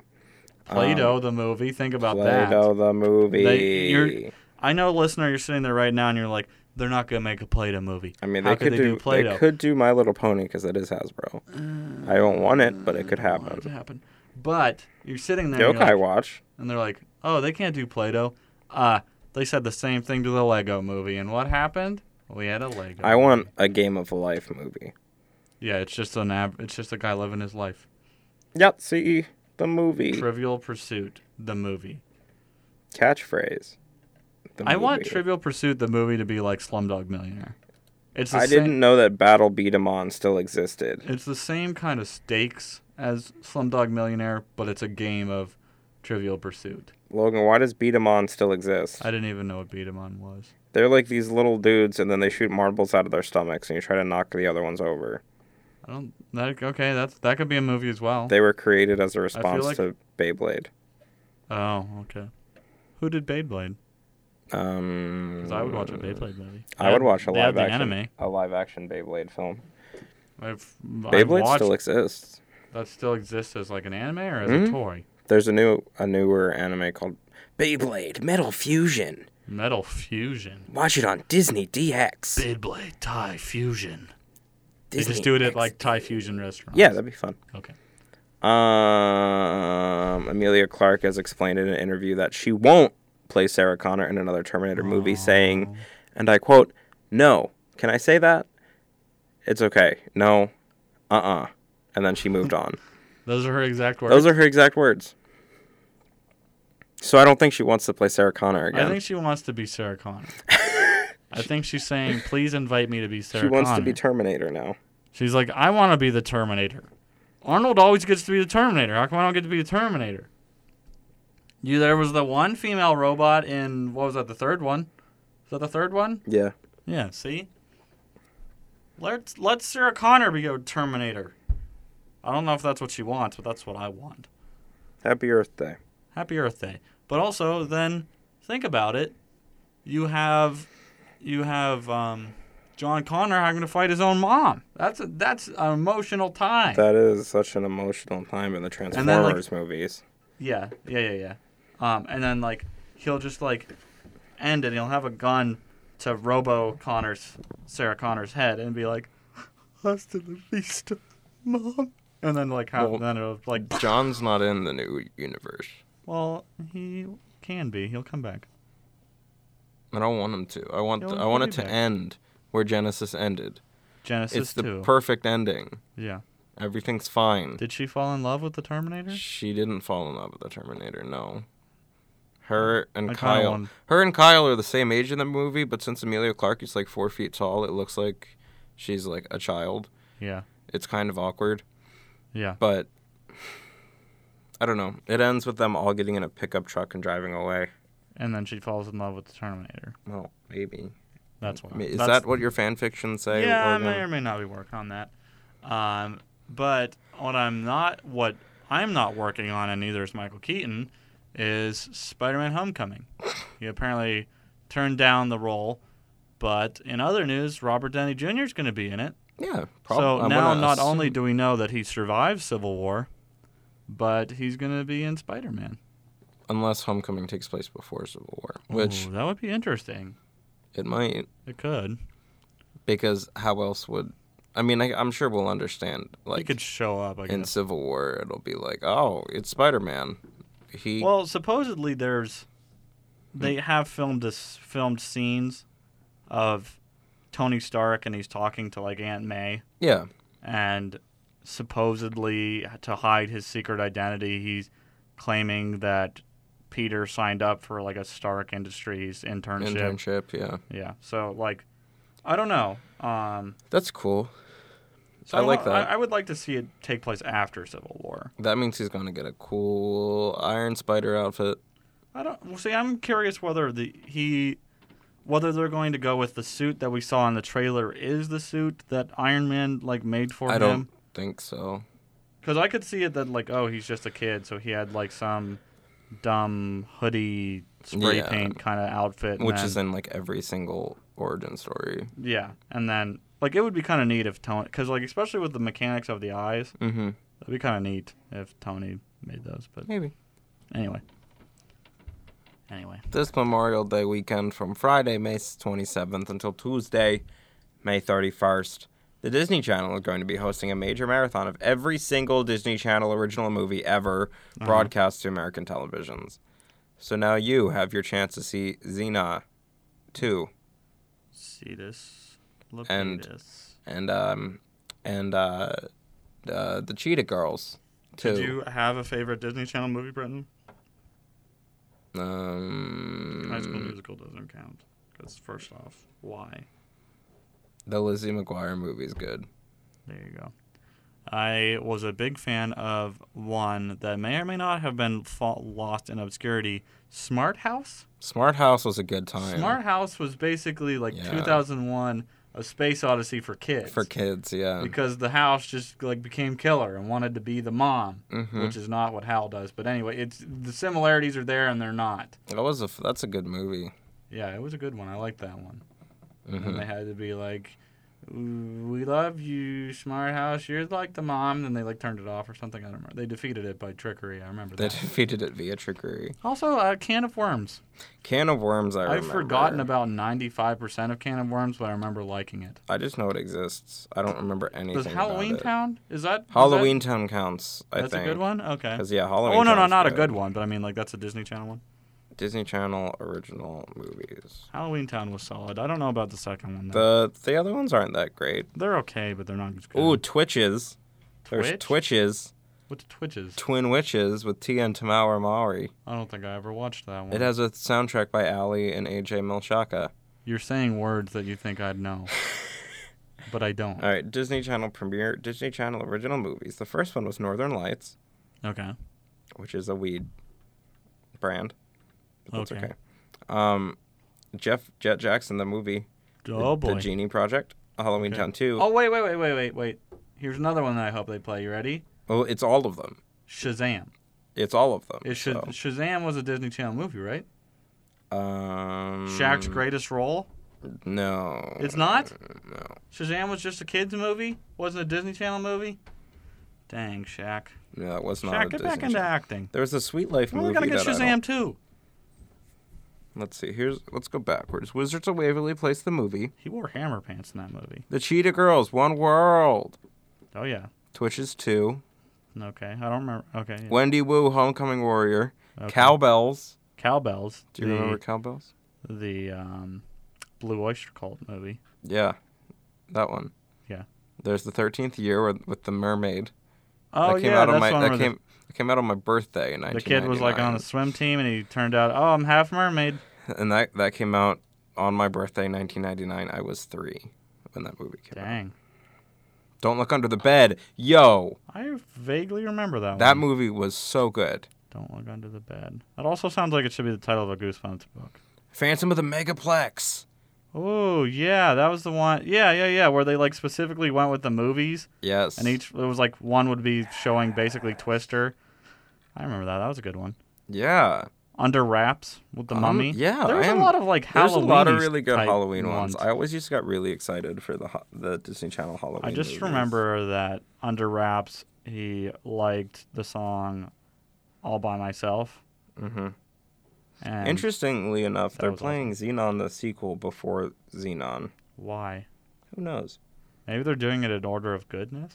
Um,
Play-Doh, the movie. Think about
Play-Doh
that.
the movie.
They, you're, I know, listener, you're sitting there right now and you're like, they're not going to make a Play-Doh movie.
I mean,
How
they could, do,
Play-Doh? Uh,
they could do My Little Pony because it is Hasbro. I don't want it, but it could
Well, it
happen.
happened. But you're sitting there and, you're
Yokai
like-
Watch.
and they're like, oh, they can't do Play-Doh. Uh, they said the same thing to the Lego movie. And what happened? We had a Lego.
I want a Game of Life movie.
Yeah, it's just an ab- it's just a guy living his life.
Yahtzee, the movie.
Trivial Pursuit, the movie.
Catchphrase. The
I want
movie.
Trivial Pursuit, the movie, to be like Slumdog Millionaire. It's the
I
same,
didn't know that Battle Beat 'em On still existed.
It's the same kind of stakes as Slumdog Millionaire, but it's a game of Trivial Pursuit.
Logan, why does Beat 'em On still exist?
I didn't even know what beat 'em on was.
They're like these little dudes, and then they shoot marbles out of their stomachs, and you try to knock the other ones over.
I don't. That okay. That's that could be a movie as well.
They were created as a response
like-
to Beyblade.
oh, okay. Who did Beyblade?
Um,
Because I would watch a Beyblade movie.
I would watch a
They
live
have the
action
anime.
a live action Beyblade film.
I've,
Beyblade
I've watched,
still Hmm? exists.
that still exists as like an anime or as a toy.
There's a new a newer anime called Beyblade Metal Fusion.
Metal Fusion.
Watch it on Disney DX.
Beyblade Thai Fusion. They
Disney
just do it at
X.
like Thai Fusion restaurants.
Yeah, that'd be fun.
Okay.
Um, Amelia Clark has explained in an interview that she won't play Sarah Connor in another Terminator movie,
Oh.
saying, and I quote, No, can I say that? It's okay. No, uh uh And then she moved on.
Those are her exact words.
Those are her exact words. So I don't think she wants to play Sarah Connor again.
I think she wants to be Sarah Connor. I think she's saying, "Please invite me to be Sarah
she wants
Connor."
to be Terminator now.
she's like, "I want to be the Terminator." Arnold always gets to be the Terminator. How come I don't get to be the Terminator? You there was the one female robot in what was that? The third one? Is that the third one?
Yeah.
Yeah. See. Let's let Sarah Connor be a Terminator. I don't know if that's what she wants, but that's what I want.
Happy Earth Day.
happy earth day but also then think about it you have you have um, john connor having to fight his own mom that's a, that's an emotional time
That is such an emotional time in the
then, like-
Transformers movies.
yeah yeah yeah yeah um, and then like he'll just like end it he'll have a gun to robo connor's sarah connor's head and be like hasta la vista mom and then like how
Well-
then it'll like
John's not in the new universe.
well he can be he'll come back
I don't want him to. I want
Yeah, we'll I want it be to back.
end where Genesis ended.
genesis 2
perfect ending.
yeah
Everything's fine.
Did she fall in love with the Terminator?
She didn't fall in love with the Terminator, no. Her and
Mm. I kinda
Kyle.
want-
Her and Kyle are the same age in the movie, but since Amelia Clark is like four feet tall, it looks like she's like a child.
Yeah.
It's kind of awkward,
Yeah.
but I don't know. It ends with them all getting in a pickup truck and driving away.
And then she falls in love with the Terminator.
Well, maybe.
That's why.
I mean, Is
That's-
that what your fan fiction say?
Yeah, I
Logan?
may or may not be working on that. Um, but what I'm not, what I'm not working on, and neither is Michael Keaton, is Spider-Man: Homecoming. he apparently turned down the role, but in other news, Robert Downey Jr. is going to be in it.
Yeah.
so now, not only do we know that he survived Civil War, but he's going to be in Spider-Man.
unless Homecoming takes place before Civil War,
Oh.
which
Ooh, that would be interesting.
it might.
It could.
because how else would I mean I, I'm sure we'll understand
He
like
could show up. I
in
guess.
Civil War it'll be like oh it's Spider Man he
Well, supposedly there's, they
Hmm.
have filmed this filmed scenes, of, Tony Stark and he's talking to like Aunt May
yeah
and supposedly to hide his secret identity he's claiming that Peter signed up for like a Stark Industries internship.
internship yeah
Yeah. So like, I don't know. Um,
that's cool
so
I like
don't-
that.
I, I would like to see it take place after Civil War.
that means he's gonna get a cool Iron Spider outfit
I don't well, see. I'm curious whether the he, whether they're going to go with the suit that we saw in the trailer is the suit that Iron Man like made for
I
him.
don't think so
Because I could see it that like oh he's just a kid, so he had like some dumb hoodie spray
Yeah.
paint kind of outfit, and
which
then-
is in like every single origin story
yeah, and then like it would be kind of neat if Tony, because like especially with the mechanics of the eyes,
mm-hmm
that'd be kind of neat if Tony made those. But
maybe
anyway, anyway,
this Memorial Day weekend from Friday, May 27th until Tuesday, May 31st, the Disney Channel is going to be hosting a major marathon of every single Disney Channel original movie ever
Mm-hmm.
broadcast to American televisions. So now you have your chance to see Xena 2
see this, look
And-
at this.
and um and uh, uh the Cheetah Girls too.
Did you have a favorite Disney Channel movie, Brenton?
um
High School Musical doesn't count. Because first off, why?
the Lizzie McGuire movie's good.
There you go. I was a big fan of one that may or may not have been fa- lost in obscurity. Smart House.
Smart House was a good time.
Smart House was basically like
Oh, Yeah.
2001: A Space Odyssey for kids.
for kids, yeah.
Because the house just like became killer and wanted to be the mom,
Mhm.
which is not what Hal does. But anyway, it's the similarities are there and they're not.
That was a f- that's a good movie.
Yeah, it was a good one. I liked that one.
Mhm.
And they had to be like, "We love you, Smart House. You're like the mom." Then they like turned it off or something. I don't remember. They defeated it by trickery. I remember
They
that.
defeated it via trickery.
also, uh, Can of Worms.
Can of Worms, I
I've
remember.
forgotten about 95% of Can of Worms, but I remember liking it.
I just know it exists. I don't remember anything.
Does Halloween
about it.
Town? Is that is
Halloween Town counts. I
That, that's
think
a good one. Okay.
'Cause, yeah, Halloween.
Oh no, no,
Town's
not a good one. But I mean, like that's a Disney Channel one.
Disney Channel original movies.
Halloween Town was solid. I don't know about the second one. Though.
The the other ones aren't that great.
They're okay, but they're not as good.
Ooh, Twitches. There's
Twitch?
Twitches.
What's Twitches?
Twin Witches with T and Tamara Maori.
I don't think I ever watched that one.
It has a soundtrack by Ali and AJ Milshaka.
You're saying words that you think I'd know, but I don't.
All right, Disney Channel premiere, Disney Channel original movies. The first one was Northern Lights,
Okay.
which is a weed brand. But that's
Okay.
okay. Um, Jeff Jet Jackson, the movie,
Oh
the,
boy.
the Genie Project, Halloween
Okay.
Town 2.
Oh wait, wait, wait, wait, wait, wait. Here's another one that I hope they play. You ready?
Oh, it's all of them.
Shazam.
It's all of them.
It should,
so,
Shazam was a Disney Channel movie, right?
um,
Shaq's greatest role.
No.
It's not.
Uh, No.
Shazam was just a kids movie. Wasn't a Disney Channel movie. Dang, Shaq.
No, it was not.
Shaq,
a
get
Disney
back into
Channel.
acting.
There was a Sweet Life
Well,
movie.
we gotta get
that I
Shazam
don't-
too.
Let's see. Here's let's go backwards. Wizards of Waverly Place, the movie.
He wore hammer pants in that movie.
The Cheetah Girls, One World.
Oh yeah.
Twitches two.
Okay. I don't remember. Okay. yeah.
Wendy Wu, Homecoming Warrior.
Okay.
Cowbells.
Cowbells.
Do you
the,
remember Cowbells?
the um, Blue Oyster Cult movie?
Yeah, that one.
Yeah.
There's the thirteenth year with, with the mermaid.
Oh
that came
yeah,
out on
that's
my
one
that
where
came that came out on my birthday in
the, the kid was like on a
1999.
swim team and he turned out, oh, I'm half mermaid.
and that that came out on my birthday 1999. I was three when that movie came out.
Dang.
Don't look under the bed, yo.
I vaguely remember that.
That
one.
movie was so good.
Don't look under the bed. That also sounds like it should be the title of a Goosebumps book.
Phantom of the Megaplex.
Oh yeah, that was the one. Yeah, yeah, yeah. Where they like specifically went with the movies,
Yes.
and each it was like one would be showing basically Twister. I remember that. That was a good one.
Yeah.
Under wraps with the
Um,
mummy.
yeah,
there's
I am-
a lot of like
There's a
Halloween.
lot of really good Halloween ones. I always used to got really excited for the ho- the Disney Channel Halloween.
I just
movies.
remember that under wraps he liked the song "All by Myself."
Mhm.
And
Interestingly enough,
That
they're
was
playing Xenon the sequel before Xenon.
Why?
Who knows?
Maybe they're doing it in order of goodness.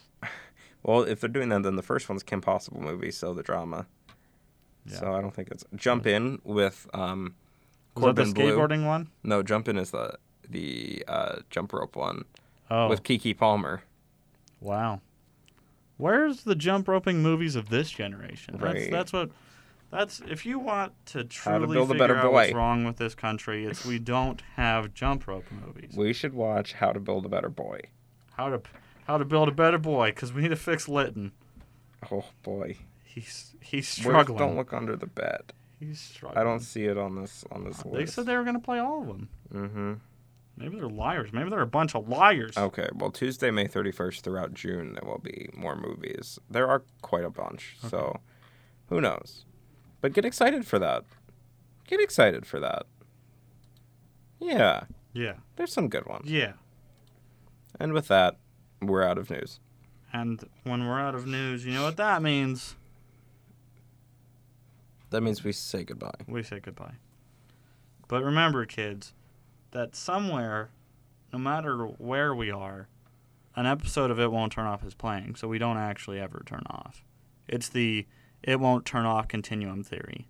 Well, if they're doing that, then the first one's Kim Possible movie, so the drama.
Yeah.
So I don't think it's Jump In with um,
Was that the
Corbin Blue.
skateboarding one?
No, Jump In is the the uh, jump rope one
Oh,
with Kiki Palmer.
wow. Where's the jump roping movies of this generation?
Right.
That's that's what. That's if you want to
How
truly
to build a
figure
better
out what's
boy.
wrong with this country, it's we don't have jump rope movies.
We should watch How to Build a Better Boy.
how to how to build a better boy? Because we need to fix Litton.
Oh boy,
He's he's
Where's
struggling.
Don't look under the bed.
He's struggling.
I don't see it on this on this
They
list.
said they were gonna play all of them.
Mm-hmm. Oh.
Maybe they're liars. Maybe they're a bunch of liars.
Okay, well, Tuesday, May 31st throughout June, there will be more movies. There are quite a bunch, so who knows? But get excited for that. Get excited for that. Yeah,
Yeah.
there's some good ones.
Yeah.
And with that, we're out of news.
And when we're out of news, you know what that means.
That means we say goodbye.
we say goodbye. But remember, kids, that somewhere, no matter where we are, an episode of It Won't Turn Off is playing, so we don't actually ever turn off. It's the It Won't Turn Off continuum theory,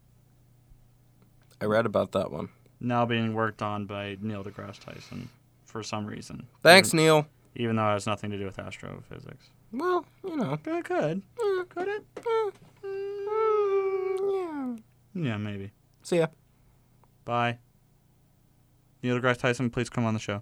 I read about that one.
now being worked on by Neil deGrasse Tyson for some reason.
Thanks,
Even,
Neil.
even though it has nothing to do with astrophysics.
Well, you know.
But it could.
eh,
Could it?
eh, mm, yeah.
Yeah, maybe.
See ya.
Bye. Neil deGrasse Tyson, please come on the show.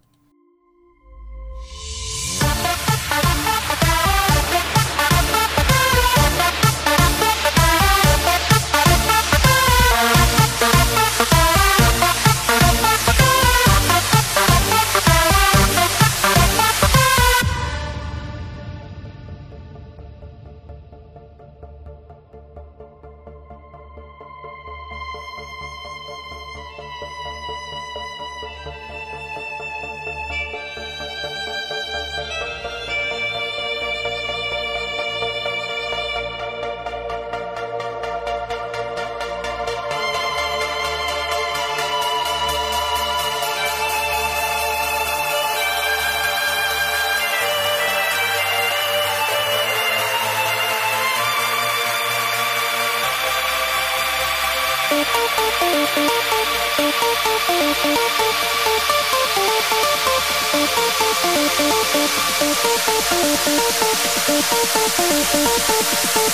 Thank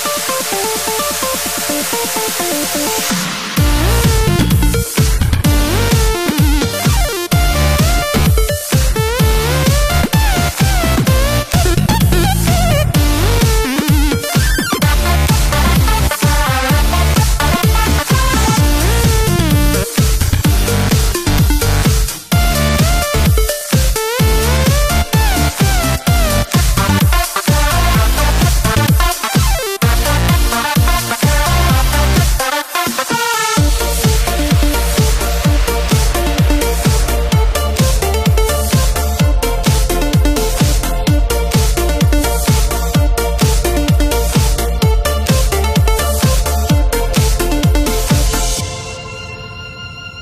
you. Thank you.